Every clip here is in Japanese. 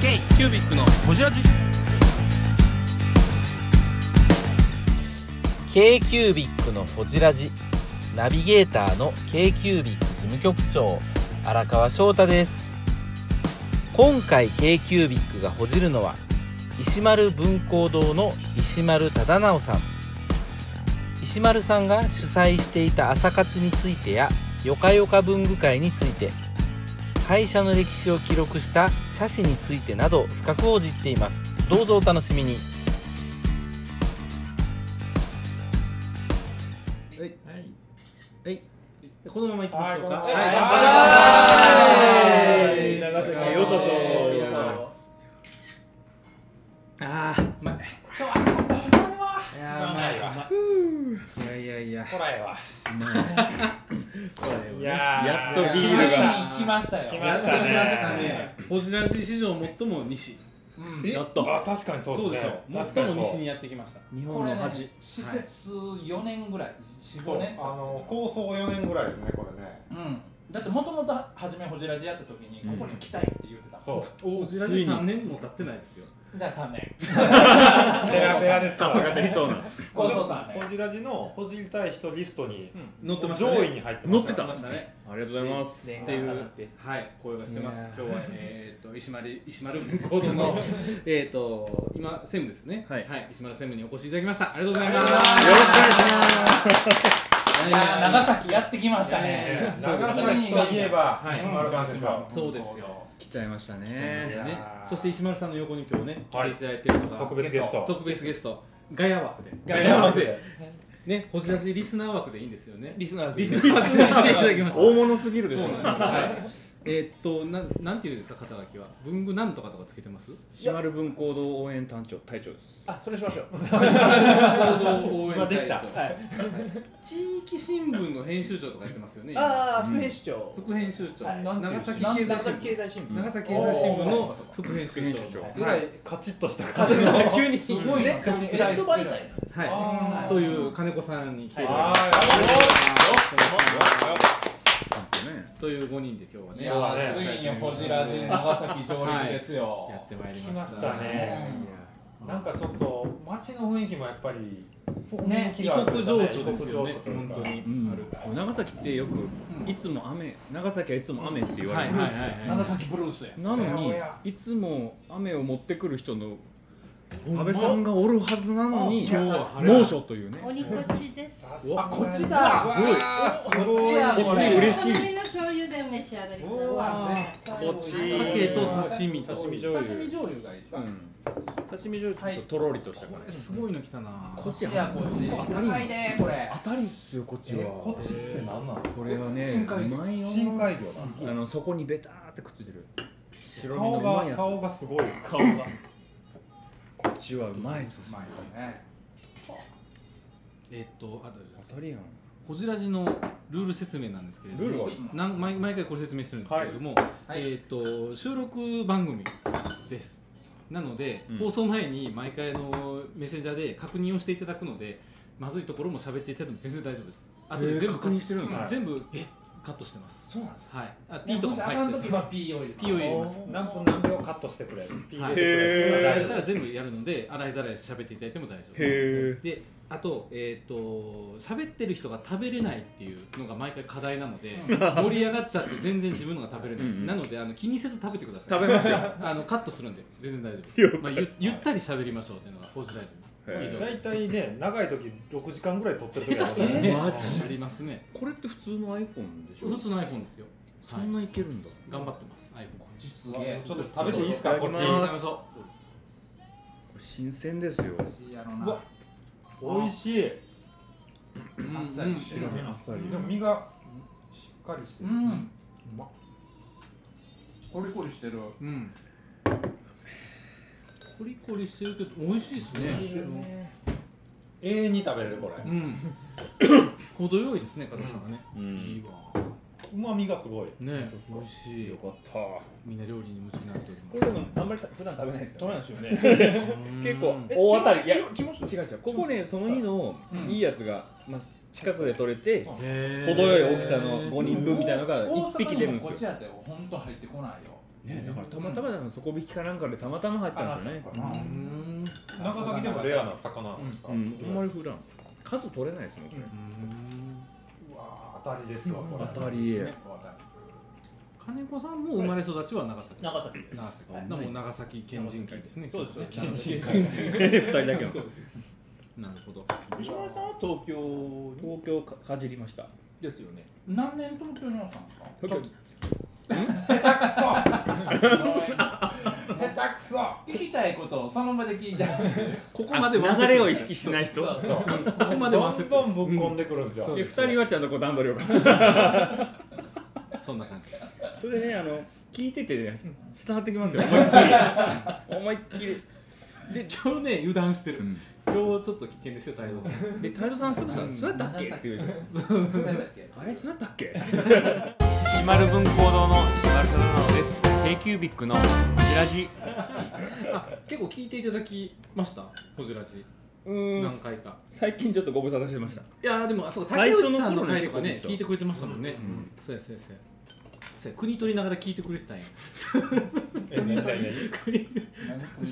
キュービックのホジラジ k c キュービッのホジラジ。ナビゲーターの k c キュービ事務局長荒川翔太です。今回 k c キュービがほじるのは石丸文工堂の石丸忠直さん。石丸さんが主催していた朝活についてやよかよか文具会について。会社の歴史を記録した写真についてなど深く報じっていますどうぞお楽しみにはい。このまま行きましょうか。はいはい長崎へようこそ。皆さんああ、まい。今日は暑かったし、いやー、うまいわ。いやいやいや。こらえわいややっとビールが来ましたよ来やまっしとた来ましたねね。ホジラジ史上最も西。うんえやっとあ確かにそうそうでですしねょ。確か最もに西そうにやってきました。日これねい施設4年ぐらいそう45年あの構想4年ぐらいですねこれねうんだってもともと初めホジラジやった時にここに来たいって言ってたそうホジラジ三年も経ってないですよ。じゃあ3年ペラペラですわ適当な構想3年ホジラジのホジりたい人リストに乗ってました上ね。位に入ってました乗ってましたね。ありがとうございますっていう、はい、声がしてます。 今日は、えっ、と、石丸、石丸文庫堂の、えっと、今、専務ですよね。はい石丸専務にお越しいただきました。ありがとうございます。よろしくお願いしいいややいやー長崎やってきましたいやいねや長崎といえばはい石丸さんですよそうですよ。来ちゃいましたねですいねや。ーそして石丸さんの横に今日ね、来はていいただいてるのが、特別ゲスト特別ゲスト、ガヤ枠で。ガヤ枠でね、星出しリスナー枠でいいんですよね。リリスナースナー枠で来ていただきました。大物すぎるでしそうなょんですよ。はい。えっと、なん、なんていうんですか、肩書きは。文具なんとかとかつけてます石丸文工堂応援隊長隊長ですあそれしましょう行動応援今隊で長きた地域新聞の編集長とかやってますよね今あ副編市長副編集長あなんてい長う崎経済新聞済新長崎経済新聞の副編集副編集長長はいぐらいカチッとした感じのはい 急にすごいねネット媒体はあいーという金子さんに来ていただきましちゃんとねたという5人で今い日やはねーついにホジラジ長崎上陸ですよやってまいり来ままししたたねなんかちょっと街の雰囲気もやっぱり雰囲ね気異がある国情緒ですよね異国情緒という本か当にうんあるこれ長崎ってよんくいつも雨長崎はいつも雨って言わはれいるはいはい長崎ブルースやなのおにやいつも雨を持ってくる人の安倍さんがおるはずなのにあ今日いやは猛暑というねおにこちです。さすがあこっちだうわーすごいこっちやこれ嬉おし好いみの醤油でお召し上がりくだうわさい。こっち鮭と刺身と刺身醤刺身油醤油がいいさうん刺身醤油ちょっととろりとしたこ感れじすごいの来たなこっちやこっち高いねこれ当たりっすよこっちえはこっちってなんなのこれはね深海魚うまいよ深海魚あのそこにベターってくっついてる白だ身の顔うまいがやつ顔がすごいです顔がこっちはうまいっすうまいですねえっとあとじゃあ当たりやんホジラジのルール説明なんですけれどもルールはなん毎毎回これ説明してるんですけれども、はいえっ、と収録番組ですなので、うん放送前に毎回のメッセンジャーで確認をしていただくのでまずいところも喋っていただいても全然大丈夫ですあとで全部確認してるの全部カットしてますそうなんですはいあピ P ーととかかも入っも入っててたりたん時するは P を入れてピーを入れます何分何秒カットしてくれるピー入れてくれるだ大か丈ら全部やるので洗いざらい喋っていただいても大丈夫へであとえっ、と喋ってる人が食べれないっていうのが毎回課題なので盛り上がっちゃって全然自分のが食べれないうんうんなのであの気にせず食べてください食べますよあのカットするんで全然大丈夫、まあ、ゆゆったり喋りましょうっていうのが放置大事へ以上夫大体ね長い時6時間ぐらい撮ってる時あ 下手したらねマありますねこれって普通の iPhone でしょ普通の iPhone ですよそんないけるんだ頑張ってます iPhone こっちすげえちょっと食べていいですかこっちいただきますこれ新鮮ですよやろな美味しいでうんあっさりしてるうんあっさりも身がしっかりしてうるんコリコリしてるうんコリコリしてるけど美味しいですね永遠に食べれるこうれ ん程よいですね硬さがね、ういいんわうまみがすごいね美味しいよかったみんな料理に夢中になっておりますあんまり普段食べないですよね結結構大当たりいや違う違うここねその日のいいやつがまあ近くで取れて程よい大きさの5人分みたいなのが大阪1匹出るんもこっですちよやったよほんと入ってこないよねだからたまたまだの底引きかなんかでたまたま入ったんですよねあなたかうん長崎でもレアな魚なんですか、ううんあんわまり普段数取れないですもんね、ー当たりですわこれ当たり当たり金子さんも生まれ育ちは長崎長崎です長崎だからもう長崎県人会ですねそうですね県人 二会人だけのなるほど西村さんは東京に東京かかじりましたですよね何年東京におったんですか東 下手くそ聞きたいことをその場で聞いたここま京でワンセットです流れを意識しない人そうそうここまでワンセットでどんすどんぶっ込んでくるんですよ、うんえ二人はちゃんとこう段取りをそんな感じそれねあの聞いててね伝わってき ますよ思いっきり思いっきりで今日ね油断してる、うん今日ちょっと危険ですよ太蔵さんで太蔵さんすぐさ「そうやったっけ?」って言うでしょ「あれそうやったっけ?」石丸文工堂の石丸忠直です k キュービックのホジラジあ結構聞いていただきましたホジラジうー何ん回か最近ちょっとご無沙汰してましたいやーでもあそう竹最初の内さんの頃に回とかね結構聞いた聞いてくれてましたもんね、そうやそうやそうやそうや国取りながら聞いてくれてたんやえ何何何国国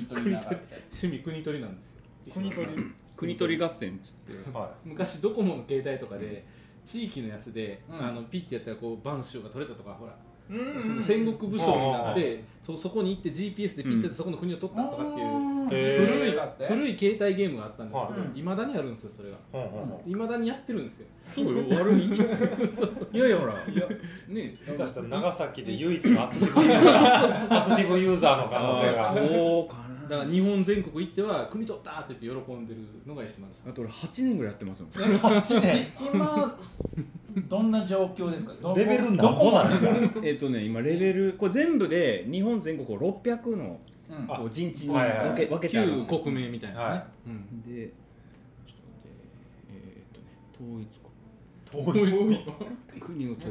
取りながらみたい趣味国取りなんですよ国取り国取り合戦っつっは昔ドコモの携帯とかで、地域のやつで、うんあのピッてやったらこう播州が取れたとかほら、い、うその戦国武将になって、とそこに行って GPS でピッてやってそこの国を取ったとかっていう、古い、古い携帯ゲームがあったんですけどはいまだにあるんですよそれがうんうんいまだにやってるんですよそうよ悪い そうそうていやいやほらね下手したら長崎で唯一のアクティブアクティブユーザーの可能性がそうかなだから日本全国行っては組取ったって言って喜んでるのが石丸さんあと俺8年ぐらいやってます もん今どんな状況ですかどレベルど何こ個なんですかえっとね今レベルこれ全部で日本全国を600のうんこう陣地にはいはいはい分け分けてあるん旧ですよ国名みたいなね、はうんでちょっと待ってえーっとね統一国国を統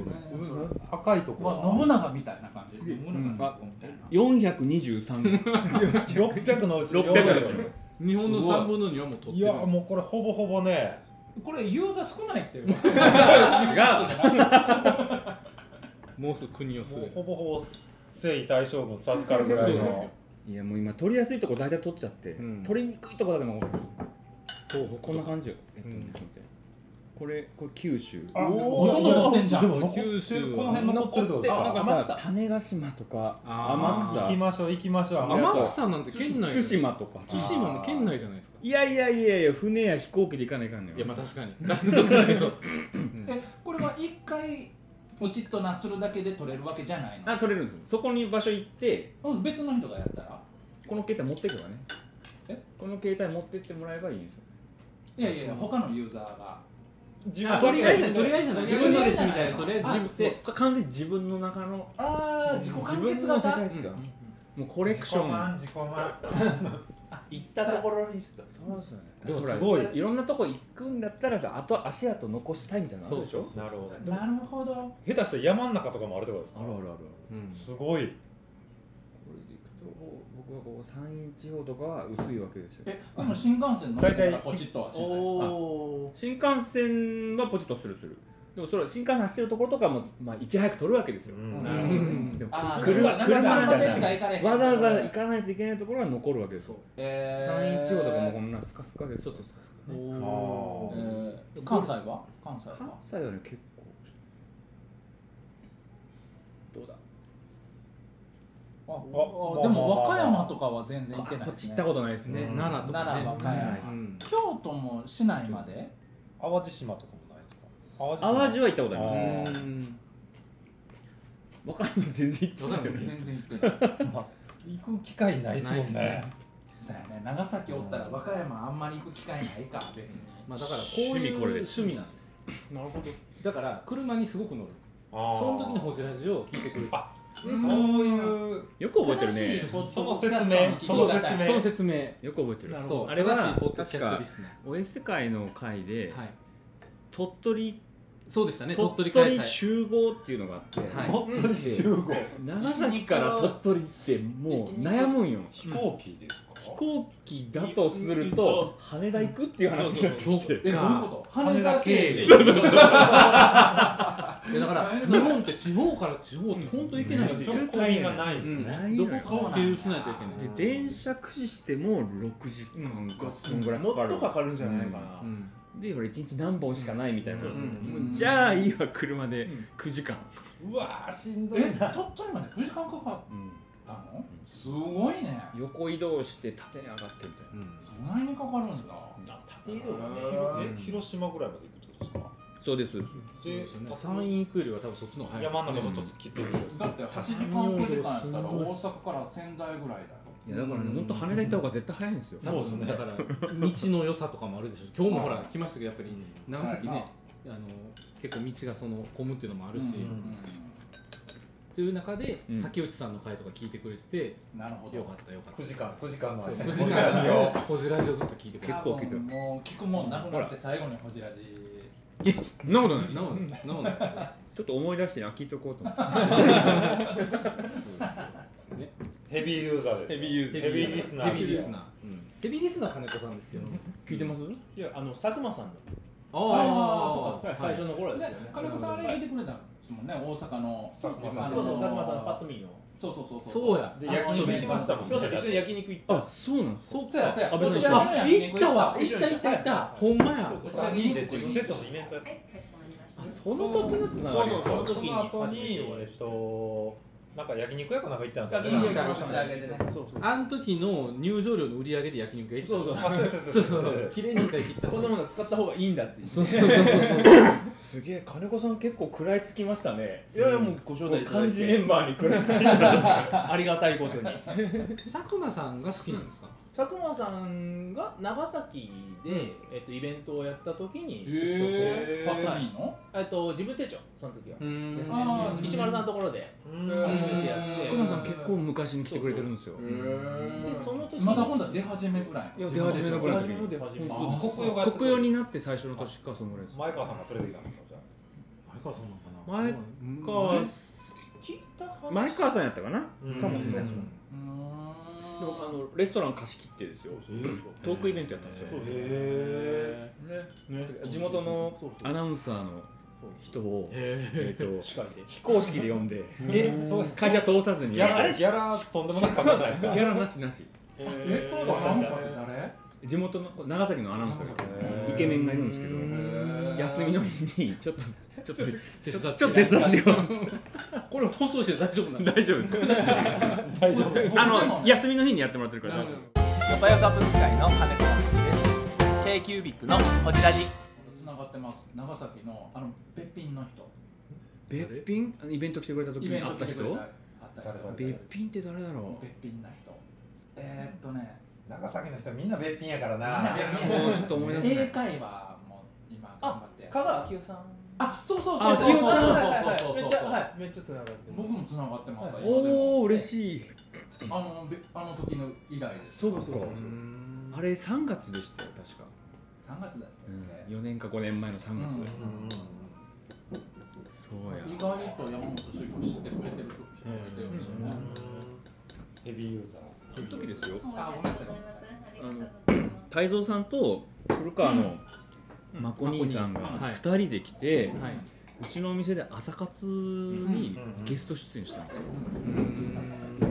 赤いとまあ信長みたいな感じ信長んの子みたいな一423 600のうち600のうち400日本の3分の2はもう取いってやるもうこれほぼほぼねこれユーザー少ないっていう違もうすぐ国をも据うえほぼほぼ征夷大将軍授かるぐらいそうのですよういやもう今取りやすいとこ大体取っちゃって、うん取りにくいとこだけの東北こんな感じよ、えっとねうんちょっと待ってこれこれ九州あほとんど残ってんじゃんでも残ってる九州この辺残ってるってことでですなかんかさ種子島とか天あ草行きましょう行きましょうあ天草なんて県内対馬とか対馬も県内じゃないですかいやいやいやいや船や飛行機で行かないかんのよいやまあ確かに確かにそうですけどえこれは一回ポチッとなするだけで取れるわけじゃないあ取れるんですよそこに場所行ってのうん別の人がやったらこの携帯持っていけばねえこの携帯持ってってもらえばいいんですよいやいやいや他のユーザーが自あ分とりあえずとりあえずじゃない自自分分ののでですすみみたたいいななととりりああええずず自自分分で完全に自ああ自己完結分の中の自分の世型界ですよ、もうココレクション自己満行ったところリストそうですよねでもほらすごいいろんなとこ行くんだったらさあと足跡残したいみたいなのあるでしょそうなるほどなるほど下手したら山の中とかもあるってことですかあるあるあるあるうんすごいこれでいくと僕はこう山陰地方とかは薄いわけですよえでも新幹線乗ってたらポチッとはしないですかお新幹線はポチッとするするでもそれは新幹線走ってるところとかも、まあ、いち早く取るわけですうよ、んうなるほどんでもあー車車車みたいな車でしか行かれへんわざわざ行かないといけないところは残るわけですよえ山ー陰地方とかもうこんなスカスカですちょっよとスカスカねおあえーー関西は関西は関西はね結構どうだああまあまあでも和歌山とかは全然行ってないこっでちす行ねったことないですね、ねうん奈良とかね奈良和歌山うん京都も市内まで淡路島とかもないとか淡路は行ったことありますあうん和歌山全然行ってないよね全然行 ってない行く機会ないですもんないっすねねそうやね長崎おったら和歌山あんまり行く機会ないか別にまあだからこういうこれです趣味なんですよなるほどだから車にすごく乗るそその時にホジラジを聞いてくれるあそういうよく覚えてるね正しいポッそのド説キャスト明聞き方その説明その説明よく覚えてるそうあれ正はしいポッドキャ確ストかリスナおえ世界の会で、ーはい鳥取そうでしたね鳥取鳥開取催集合っていうのがあって、はい鳥取集合長崎から鳥取ってもう悩むんよ飛行機ですか飛行機だとすると羽田行くっていう話がそう来てえどういうこと羽田経由でだから日本って地方から地方って本当行けないんですそよ、れ込みがないんですねないどのよこかを経由しないといけないで電車駆使しても6時間かそんぐらいかかるもっとかかるんじゃないかなう、んでほら1日何本しかないみたいな、うんうんもうじゃあいいわ車で9時間、うわーしんどいえ な鳥取まで9時間かかったのすごいね横移動して縦に上がってみたいなうんそんなにかかるんだ縦移動がねえ広島ぐらいまで行くってことそうですそうででですすよかねで山陰行くよりは多分そっちの方が早い山ので中すずっねと突っ切ってくるだって8時間9時間やったら大阪から仙台ぐらいだよすいやだからね本当羽田行った方が絶対早いんですよ、そうですねだから道の良さとかもあるでしょ今日もほらうん来ましたけどやっぱり長崎はいねあの結構道がその混むっていうのもあるし、うんという中で、うん竹内さんの回とか聞いてくれてうんなるほてどよかったよかった9時間9時間の9時間よホジラジオずっと聞いてくれて結構聞いてるもう聞くもんなくなって最後にホジラジそんなことないなおなおなんですよちょっと思い出してねあ聞いとこうと思ってヘビーユーザーですよヘビーリスナーヘビーリスナーうんヘビーリスナー金子さんですよ聞いてますいやあの佐久間さんだああーそうかはい最初の頃ですでよね金子さんあれ見てくれたんですもんね大阪のそうそうあ佐の久間さんパッと見のそうそうそうそうやで焼肉行きましたもん今日さ一緒に焼肉行ったあそうなんですかそうやそうやあ別に一緒あ行ったわ一緒行った行った行ったはいほんまやそうそう3人で自分でそのイベントやっはい、かしこまりました。あその時のつながりそうそそううそそうの後その時ににえっとなんか焼肉屋かなんか行ったんですいよいねよ打ち上げでねそうそうあの時の入場料の売り上げで焼肉が行ったそうそうあそうそうそう そう綺麗に使い切ったこんなものは使った方がいいんだって言ってすげえ金子さん結構食らいつきましたねいやいやもうご招待いただい漢字メてンバーに食らいつきありがたいことに佐久間さんが好きなんですか佐久間さんが長崎で、えっと、イベントをやった時に、へえちょパっとこうッはといいいのえっと、自分手帳その時は、うんですあねー石丸さんのところでうんうん初めてやって金子さん結構昔に来てくれてるんですよでその時まだほんだ出始めぐらいいや出始めのぐらいの初め時て初めてあー国用がやってく国る用になって最初の年かそのぐらいです前川さんが連れてきたんですよじゃあ前川さんなん前かな川聞いた話前川さんやったかな、うんかもしれないですもんうんうーんでもあのレストラン貸し切ってですよトークイベントやったんですよ、へえね地元のそうそうアナウンサーの人を、えー、と司会で非公式で呼んでえそう会社通さずにギギャャラギャラとんでもなくかかんないですかラなしなしえそうだアナウンサーって誰地元の長崎のアナウンサーへがーイケメンがいるんですけうどん休みの日にちょっとちょっと手伝ってちょっと手伝ってますこれ放送して大丈夫なんだ大丈夫です大丈夫あの休みの日にやってもらってるから大丈夫よかよか文化会の金子です k キュービックのホジラジつながってます長崎のあのべっぴんの人べっぴんあのイベント来てくれた時イベにン会トった来て人くれたあった人誰べっぴんって誰だろべっぴんな人えー、っとね長崎の人みんなべっぴんやからみんなべっうもうちょっと思い出せな英い会話も今頑張って香川明夫さんあそうそうそあうそうそうそうはいそうはいはいめそっうちそゃう、はいめっちゃ繋がってる僕もつながってます、今でもおお嬉しいあのべあの時の以来ですそうかうんあれ3月でしたよ確か、 3月だったっけ、 4年か5年前の3月、うんそうや意外と山本修子知ってくれてる人がいてるんですよね、ヘビーユーザーその時ですよ申し訳ございません。ありがとうございます。泰造さんと古川のまこ兄さんがはい2人で来て、はいうちのお店で朝活にゲスト出演したんですよ、うん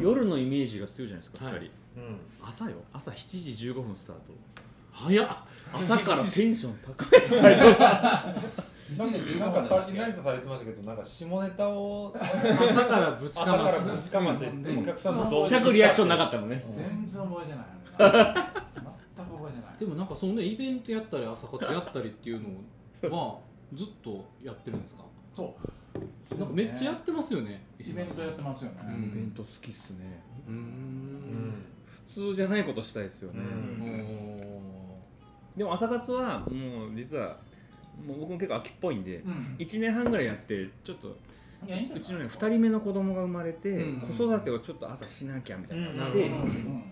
夜のイメージが強いじゃないですか2人、はいうん朝よ朝7時15分スタート早っ朝からテンション高いなんか1なんかさっき成田されてましたけどなんか下ネタを 朝からぶち朝かかまらしぶちかましてうんお客さんも同全くリアクションなかったのね全然覚えてない 全く覚えてないでもなんかそのねイベントやったり朝活やったりっていうのはずっとやってるんですかそうなんかめっちゃやってますよねイベントやってますよね、うんイベント好きっすねううんん普通じゃないことしたいですよね、うんでも朝活はもう実はもう僕も結構秋っぽいんで、うん1年半ぐらいやってちょっといやいいんじゃうないちのね2人目の子供が生まれて、うん子育てをちょっと朝しなきゃみたいな、うんで、うん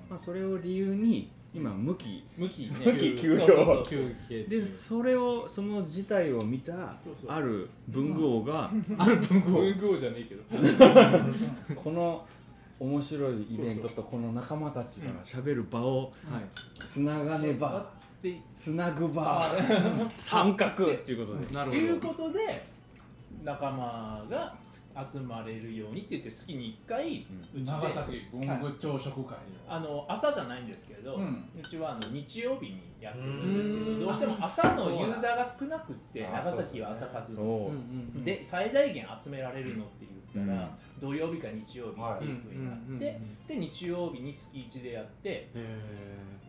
まあ、それを理由に今無期向きね向き休そう養そうそう休憩で中それをその事態を見たそうそうある文具王がある文具文具王じゃねえけどこの面白いイベントとこの仲間たちが喋る場をはいつながねばつなぐ場三角っということでなるていうほどことで仲間が集まれるようにって言って月に1回うちで長崎文具朝食会をあの朝じゃないんですけど、ううんちはあの日曜日にやってるんですけどどうしても朝のユーザーが少なくってそうだ長崎は朝数おのうんうおんうんで最大限集められるのって言ったら、土曜日か日曜日っていうふうになって、はいで日曜日に月1でやってへ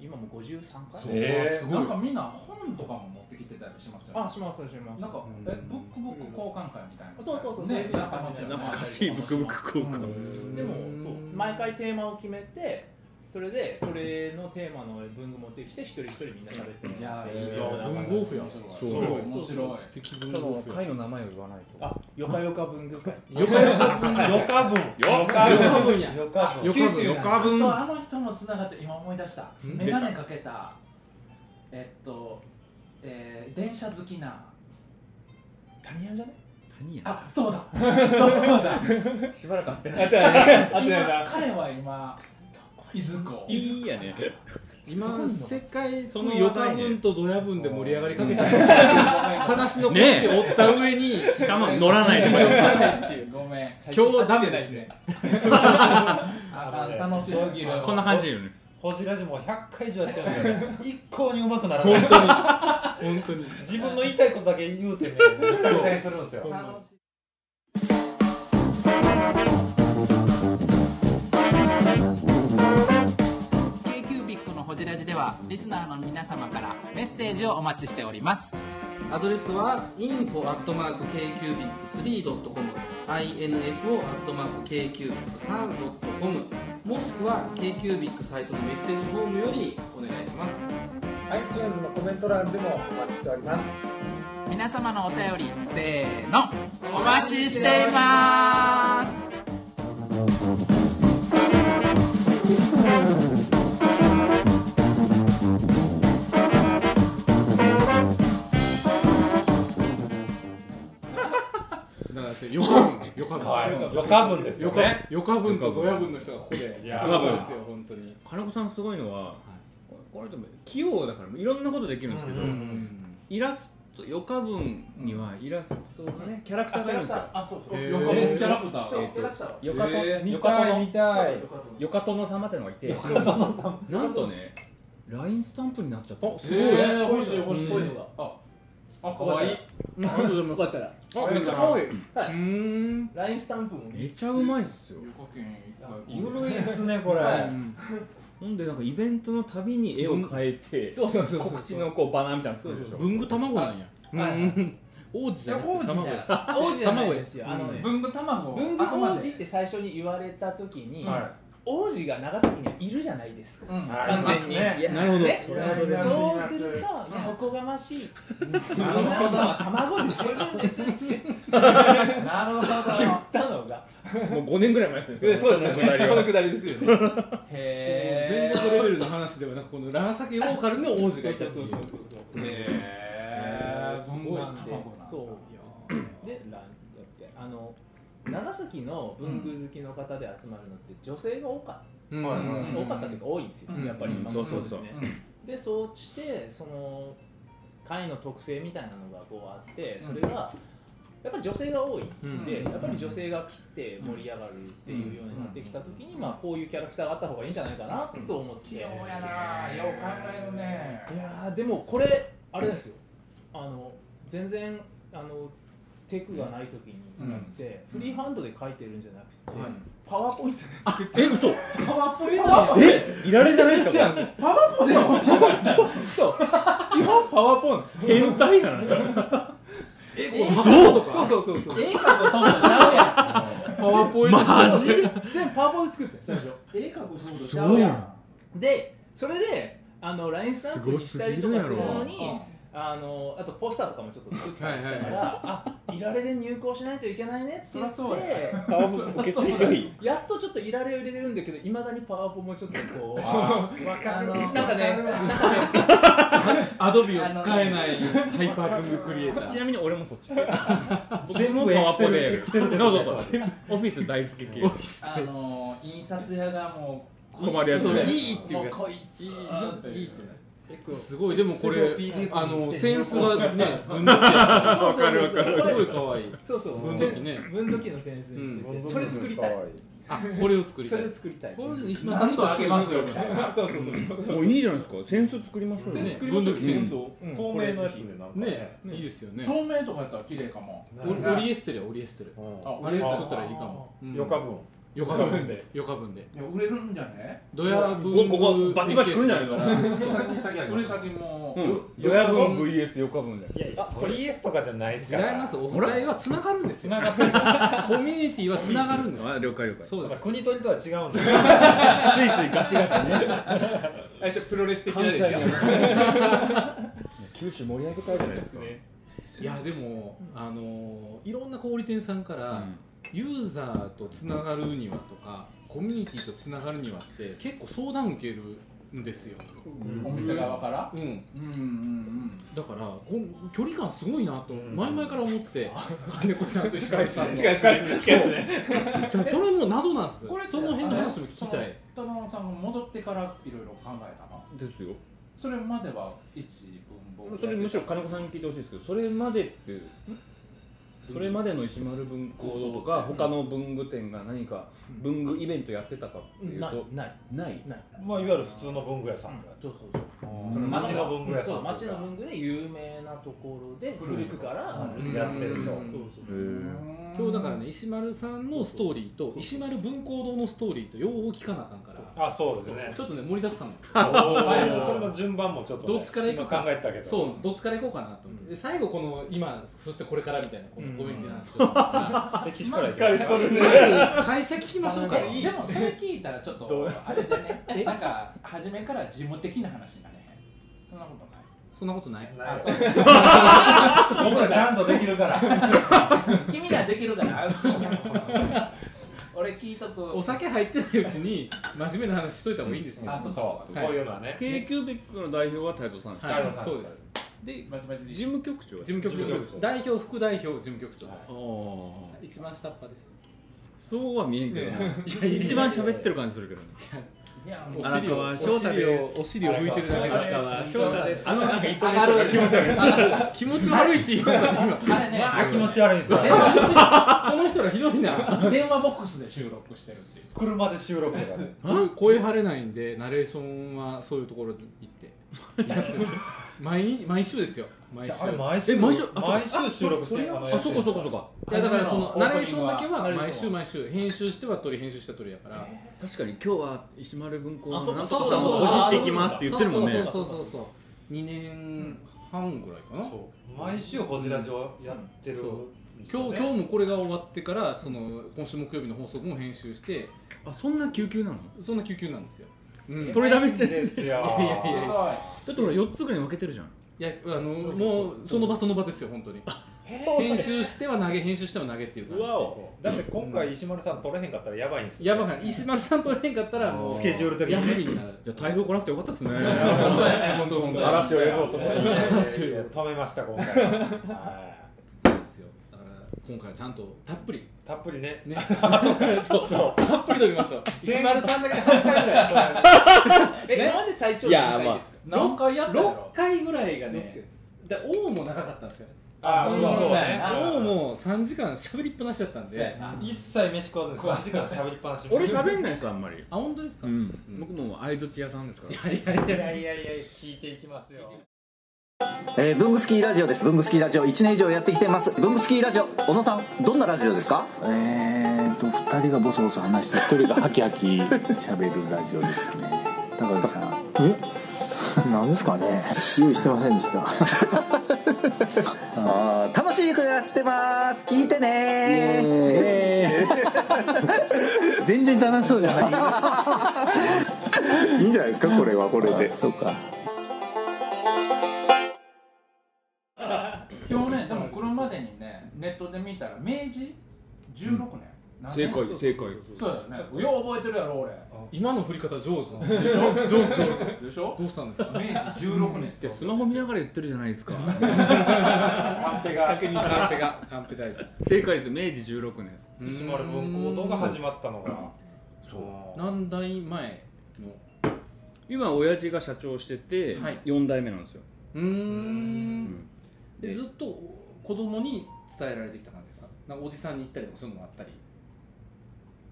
今もう53回そう、えーすごいなんかみんな本とかも持ってきてたりしますよねあしますしますなんか、うんえブックブック交換会みたいなそうそうそうねそうやってますよね懐かしいブクブク効果うんでもそう毎回テーマを決めてそれでそれのテーマの文具持ってきて一人一人みんな喋ってもいらやっーていいいよいうよな文豪府やんそれはそうすごい面白い素敵そ文の具王会の名前を言わないとあよかよか文具会よかよかよかぶんよよかぶんやよかぶんよ九か州ぶんやよんかぶんとあの人もつながって今思い出したん眼鏡かけたえっと、えー、電車好きな谷屋じゃね何やあそう だそうだしばらく会ってないあったよねあったよ今ね彼は今伊豆港いいやね今世界そののよよかかぶぶんんとドヤぶんで盛り上がりかけた話の腰腰をを折った上にしかも乗らないでごめんごめん今日ダメですねああ楽しすぎるこんな感じよねほじラジもう100回以上やってるん だけど一向にうまくならな本い当に本当に自分の言いたいことだけ言うてね絶対するんですよ楽しいアドレスは info.kcubic3.com info.kcubic3.com もしくは KQBIC サイトのメッセージフォームよりお願いします iTunes のコメント欄でもお待ちしております皆様のお便りせーのお待ちしていますだからそれよかぶんよかぶんはいよかぶんですよよねかよかぶんとドヤぶんの人がここでいよやかぶんですよ本当に金子さんすごいのは、これでも器用だからいろんなことできるんですけど、うんうんイラスト余暇文にはイラストがねキャラクターがいるんですよあそうそうえよかもキャラクターそうがキャラクターはよかと、えーよかとのたそうそうよかったよかとの様ってのがいてなんとねラインスタンプになっちゃったあすえごいー欲しい欲しいこういうのがああ可愛いあそうでもよかったらあめっちゃ可愛いうーん LINE スタンプもめちゃうまいっすよゆるいっすねこれほんでなんかイベントのたびに絵を変えてそうそうそうそう告知のこうバナーみたいなの作るでしょ文具卵なんやうん王子じゃなくて卵や王子じゃないですよあのね文具卵を文具頭王で子って最初に言われた時に、は王子が長崎にはいるじゃないですか、うんい完全にねなるほどねそれはどれそうすると、いやおこがましい自分なのは卵で十分ですって言なるほどったのがもう5年ぐらい前ですよそうですこのくだりこのはくだりですよねへ全国レベルの話ではなくこの長崎ローカルの王子がいたっていうえへえす文ご具い卵なんだそうでランだってあの長崎の文具好きの方で集まるのって女性が多かうんはいった、うん多かったというか多いですよ、うんやっぱりうん今もそうそうそうですねでそうしてその会の特性みたいなのがこうあってそれがやっぱり女性が多いんで、うんやっぱり女性が来て盛り上がるっていうようになってきた時に、まあ、こういうキャラクターがあった方がいいんじゃないかなと思って、器い用ややなよう考えるねーでもこれあれなんですよあの全然あのテクがない時になって、フリーハンドで書いてるんじゃなくて、パワーポイントで作ってえ嘘パワーポイントえいられじゃないですかこれそう基本パワーポン変態やなそうそうとかそうそうそうええかこそもちゃうやパワーポイントマジで全部パワーポンで作って最初 んええかこそもちゃうやんでそれであの LINE スタンプにしたりとかするのうにんあのあとポスターとかもちょっと作ったりしたから、はいあいられで入稿しないといけないねって言ってそりゃそうパワーポ受け継ぎがいいやっとちょっといられを入れてるんだけどいまだにパワーポもちょっとこうわかるあのわなんかねるわアドビを使えないハイパーキングクリエイタちーなみに俺もそっち僕もパワーポでやるそうそうそうオフィス大好き系あのー印刷屋がもう困るやつねいいいっていうもうやつこいついいいいってねすごいでもこれ PDF あのセンスがね分 わかるわかすごい可愛いそうそう分せ度器ね分度器のセンスにしてて、うんそれ作りたいあこれを作りそたいれ作りたいこれ西村さんにとあげますよ そうそうそうそうもういいじゃないですか扇子作りましょうよね分度器センスをうん透明のやつでなんかねいいですよね透明とかやったら綺麗かもオリオリエステルやオリエステルうんああれ作ったらいいかもうん余暇分余暇分で余暇分でいや売れるんじゃねドヤこ分ここバチバチ来るんじゃないかなこれ先もうん予約分 VS 余暇分でいやいやこれイエスとかじゃないですから違いますお二人はつながるんですよコミュニティはつながるんですあ了解了解ついそうたでだす国取りとは違うんですついガチガチね最初プロレス的なでしょ九州盛り上げたいじゃないですかいやでもあのいろんな小売店さんかうらんユーザーとつながるにはとかコミュニティとつながるにはって結構相談受けるんですよお店側からうんうんうんうんだからこん距離感すごいなと前々から思ってて金子さんと石川 さんのじゃあそれも謎なんですこれその辺の話も聞きたい田中さんが戻ってからいろいろ考えたのですよそれまでは一文房それむしろ金子さんに聞いてほしいですけどそれまでってそれまでの石丸文庫とか他の文具店が何か文具イベントやってたかっていうないとないないないまあいわゆる普通の文具屋さんそうそうそうその町の文具屋さんそとうか町の文具で有名なところで古くからうんやってるとそうそうそう今日だからね石丸さんのストーリーと石丸文工堂のストーリーと両方聞かなあかんからあそうですねちょっとね盛りだくさんなんですよはいそれの順番もちょっとねどっちから行くか今考えてたけどそうどっちから行こうかなと思ってで最後この今そしてこれからみたいなこのコミュニティの話を ま歴史から行きますかず会社聞きましょうかででもそれ聞いたらちょっとあれでね なんか初めから事務的な話になれへんそんなことないそんなことない僕はちゃんとできるから君らできるから安心や俺聞いとくお酒入ってないうちに真面目な話しといた方がいいんですよあそうそかそうこうかういうのはね k キュービックの代表は太蔵さんですは太い郎さんそうですでまじまじに事務局長事務局事務局長長代表副代表事務局長ですあー一番下っ端ですそうは見えんけどなねいや一番喋ってる感じするけどねいやもうお尻を荒川お翔太尻でをすお尻を拭いてるだけ荒です川翔太ですあのなんか言っある気持ち悪い気持ち悪いって言いましたね今あれね、あ気持ち悪いですよこの人らひどいな電話ボックスで収録してるっていう車で収録とかね声張れないんでナレーションはそういうところに行って毎日毎週ですよ毎週あれ毎週え毎週あ毎週収録してるあそこそこそこいやだからそのあナレーションだけオーはプニングは毎週毎週編集しては撮り編集しては撮りやから確かに今日は石丸文庫あそっのかなんとかそさうんかをそうかほじっていきますって言ってるもんねそうそうそうそうそう2年半ぐらいかなそう毎週ホジラジオやってるそうんです今よ日ね今日もこれが終わってからその今週木曜日の放送も編集してあそんな急急なのそんな救急なんですよ、うん、い取りだめしてるですよやいやいやいやだって俺4つぐらいに分けてるじゃんいやあのもうその場その場ですよ本当に編集しては投げ編集しては投げっていう感じでそうだって今回石丸さん取れへんかったらやばいんですよやばかった石丸さん取れへんかったらもうスケジュール的にね休みになるじゃあ台風来なくてよかったっすね本当本当嵐をやろうと思っていやいやいや止めました今回はですよだから今回はちゃんとたっぷりいたっぷりねね そうたっぷり取りましょう石丸さんだけ8回ぐらいえ今まで最長いでや何回まあです何回やったやろ6回ぐらいがねだ王も長かったんですよあうんまあそうやな王も3時間しゃべりっぱなしだったんそうやでな一切飯食わずに3時間喋りっぱなし俺喋んないですあんまりあ本当ですか、ういん僕も相づち屋さんですからやいやいやいやいやいや聞いていきますよえー、ブングスキーラジオですブングスキーラジオ1年以上やってきてますブングスキーラジオ小野さんどんなラジオですかえーと2人がボソボソ話して1人がハキハキ喋るラジオですね高木さんえなんですかね用意してませんで したあー楽しい曲やってます聞いてね 全然楽しそうじゃない いいんじゃないですかこれはこれでそうか16年何正年解正解そうだよねよう覚えてるやろ俺今の振り方上手なのでしょ上手上手でしょどうしたんですか明治16年じゃあスマホ見ながら言ってるじゃないですかカンペが確認カンペがカンペ大事正解です明治16年です石丸文庫堂が始まったのがそう何代前の今親父が社長してて、はい4代目なんですよ、うーんんでずっと子供に伝えられてきた感じですかなんかおじさんに行ったりとかそういうのもあったり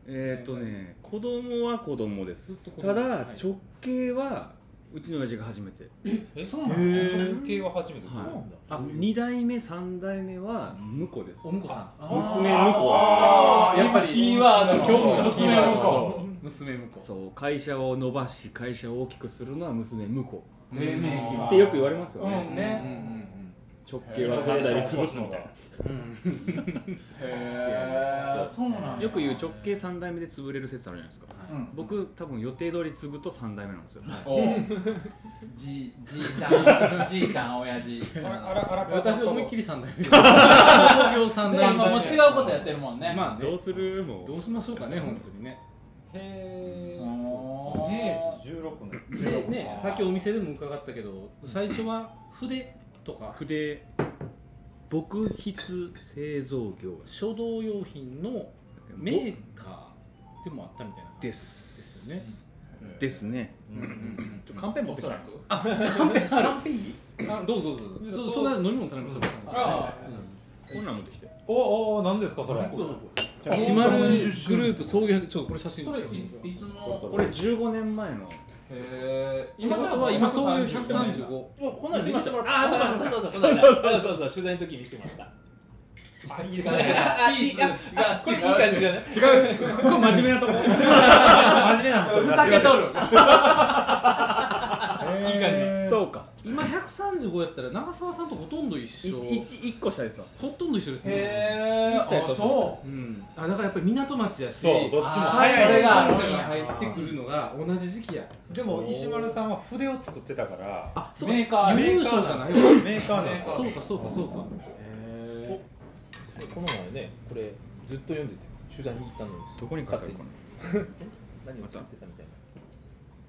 えーっとね子供は子供ですずっと子供ただはい直系はうちの親父が初めてえそうなの尊敬は初めてはいそうなんだあ2代目3代目は婿ですお婿さんあ娘婿あやっぱりキーワード今日の娘婿娘婿そう会社を伸ばし会社を大きくするのは娘婿黎明期はってよく言われますよね、うんうんうんね直系は3代目潰すみたいへえそうなんなだよく言う直系3代目で潰れる説あるじゃないですか、うはん僕多分予定通り継ぐと3代目なんですよおじいじいち ゃんじいちゃん親父あらあらあらい私思いっきり3代目創業3で代ももう目違うことやってるもんねまあねどうするもうどうしましょうかね本当にねへうえん明治16年でねさっきお店でも伺ったけど最初は筆とか筆墨筆製造業書道用品のメーカーでもあったみたいな感じですすですよねですねカンペ持ってないあどうぞどうぞそそれは飲み物頼みましょうあこんなん持ってきておお何ですかそれ石丸グループ創業100ちょっとこれ写真それい写真ついつのこれ15年前のへえ今ことは今創業135いやこんなん見せてもらったああそうそうそうそうそうそうそうそう取材の時に見せてもらったあ違う あいいあ違うこれいい感じじゃないここ真面目なとこふざけとるそうか今135やったら長澤さんとほとんど一緒1個下ですわほとんど一緒ですねへえあそううんあだからやっぱり港町やしそうどっちも早早いそれいが新たに入ってくるのが同じ時期やでも石丸さんは筆を作ってたからあそうかメーカー輸入商じゃないわメーカーなんですよそうかそうかそうかこの前ねこれずっと読んでて取材に行ったのにどこに書いてあるかな何を作ってたみたいな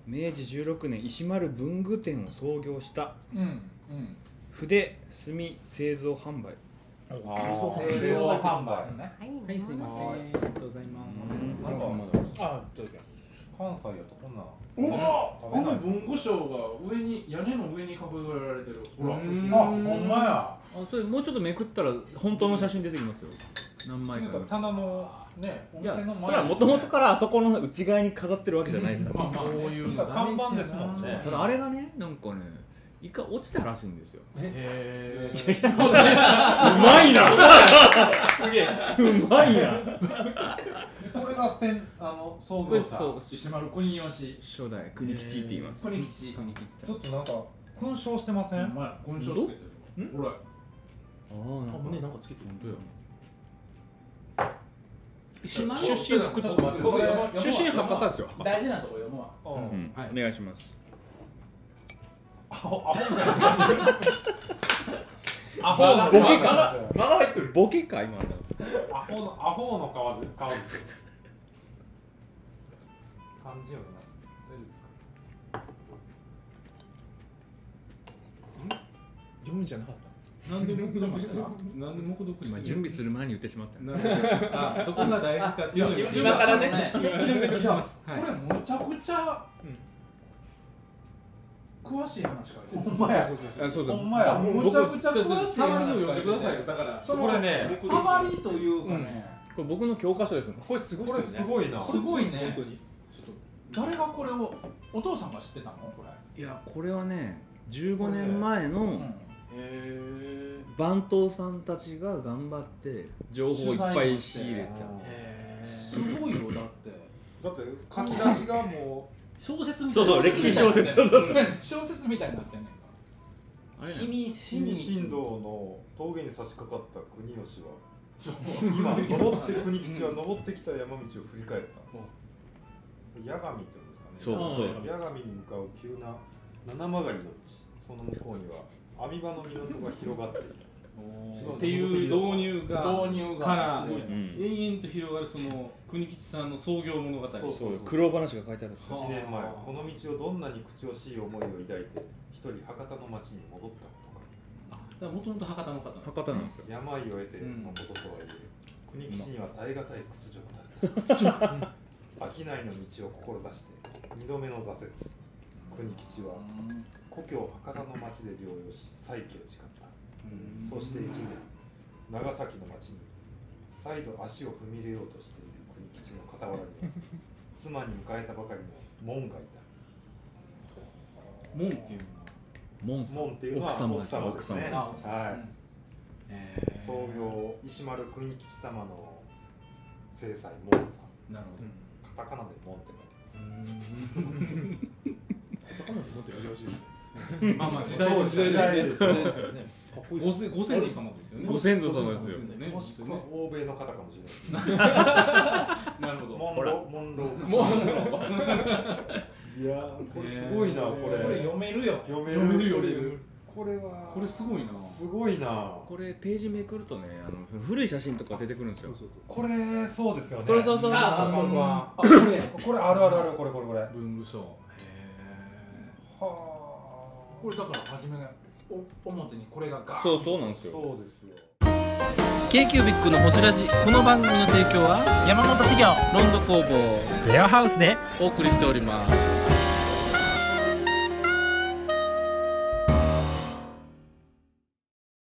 明治16年石丸文具店を創業したうんうん筆墨製造販売製造販売ねはいすいませんありがとうございますなんかあどうぞ関西やとこんなうわ食こべないの文具賞が上に屋根の上に掲げられてるほらあうほんんまやあそれもうちょっとめくったら本当の写真出てきますよ何枚言うかたら棚のねおいや店の前それはもともとからあそこの内側に飾ってるわけじゃないですよまあまあこういうなんのか看板ですもんねただあれがねなんかね一回落ちたらしいんですよへうまいなすげえうまいなこれがせんあの創こ業れ者そう石丸国吉初代国吉って言います、国吉ちょっとなんか勲章してませおん前勲章つけてるほらああなんか胸なんかつけてる石丸出身福ちょっと待って僕これ山山出身博多ですよ、大事なとこ読むわうんはいお願いしますアホなボケか間が入ってるボケか今のアホのアホの皮で皮ですよ漢字読みます大読丈夫ですかむんじゃなかっなんで黙読したなんで黙読し今た準備する前に言ってしまったよあどこが大事かっていうのに今からね準備してますはこれいむちゃくちゃ詳しい話からほんまやあそうそほうんまやむちゃくちゃちょっと詳しいサ話マリーを読んでくださいよだからそのこれねサマリーというかねこれ僕の教科書ですもんこれすごこれすごいなすごいね本当に誰がこれをお父さんが知ってたのこれいやこれはね15年前のへ番頭さんたちが頑張って情報をいっぱい仕入れえへえすごいよだって だって書き出しがも小説みたたいいななそうそう歴史小説そうそうそう小説みたいになってんねんかたあれね君う新新進神道の峠に差し掛かった国吉は今登って国吉は登ってきた山道を振り返った矢神っていうんですかねそうそう矢神に向かう急な七曲がりの道その向こうには網場の港が広がっているっていう導入が導入がからすごいねん延々と広がるその国吉さんの創業物語そうそう苦労話が書いてあるんですよ1年前はあこの道をどんなに口惜しい思いを抱いて一人博多の町に戻ったことかもともと博多の方なんです博多なんですよ病を得てうんのこととはいえ、国吉には耐え難い屈辱だった商いの道を志して二度目の挫折国吉は故郷博多の町で療養し再起を誓ったそして1年長崎の町に再度足を踏み入れようとしている国吉の傍らには妻に迎えたばかりの門がいた門っていうのはモン門っていうのは奥様奥です様ですね奥様ですはうんいえー創業石丸国吉様の正妻門さんなるカタカナで門って書いてます ほどまあまあ時代です時代ですよねですよねごせご先祖様ですよねご先祖様ですよねもしくは欧米の方かもしれないですね。なるほどモンロー、モンロー。もう いやー、これすごいな、これ。これ読めるよ読め読めるよ読めるこれは。これすごいなすごいな。これページめくるとねあの古い写真とか出てくるんですよこれ、そうですよね。それそうそうそうあーこれあはこれこれあるあるある、これこれこれ。は文具賞へあ。これだから初めがお表にこれがガーッそうそうなんですよそうですよ。 k q b i c のホジラジこの番組の提供は山本資源ロンド工房レアハウスでお送りしております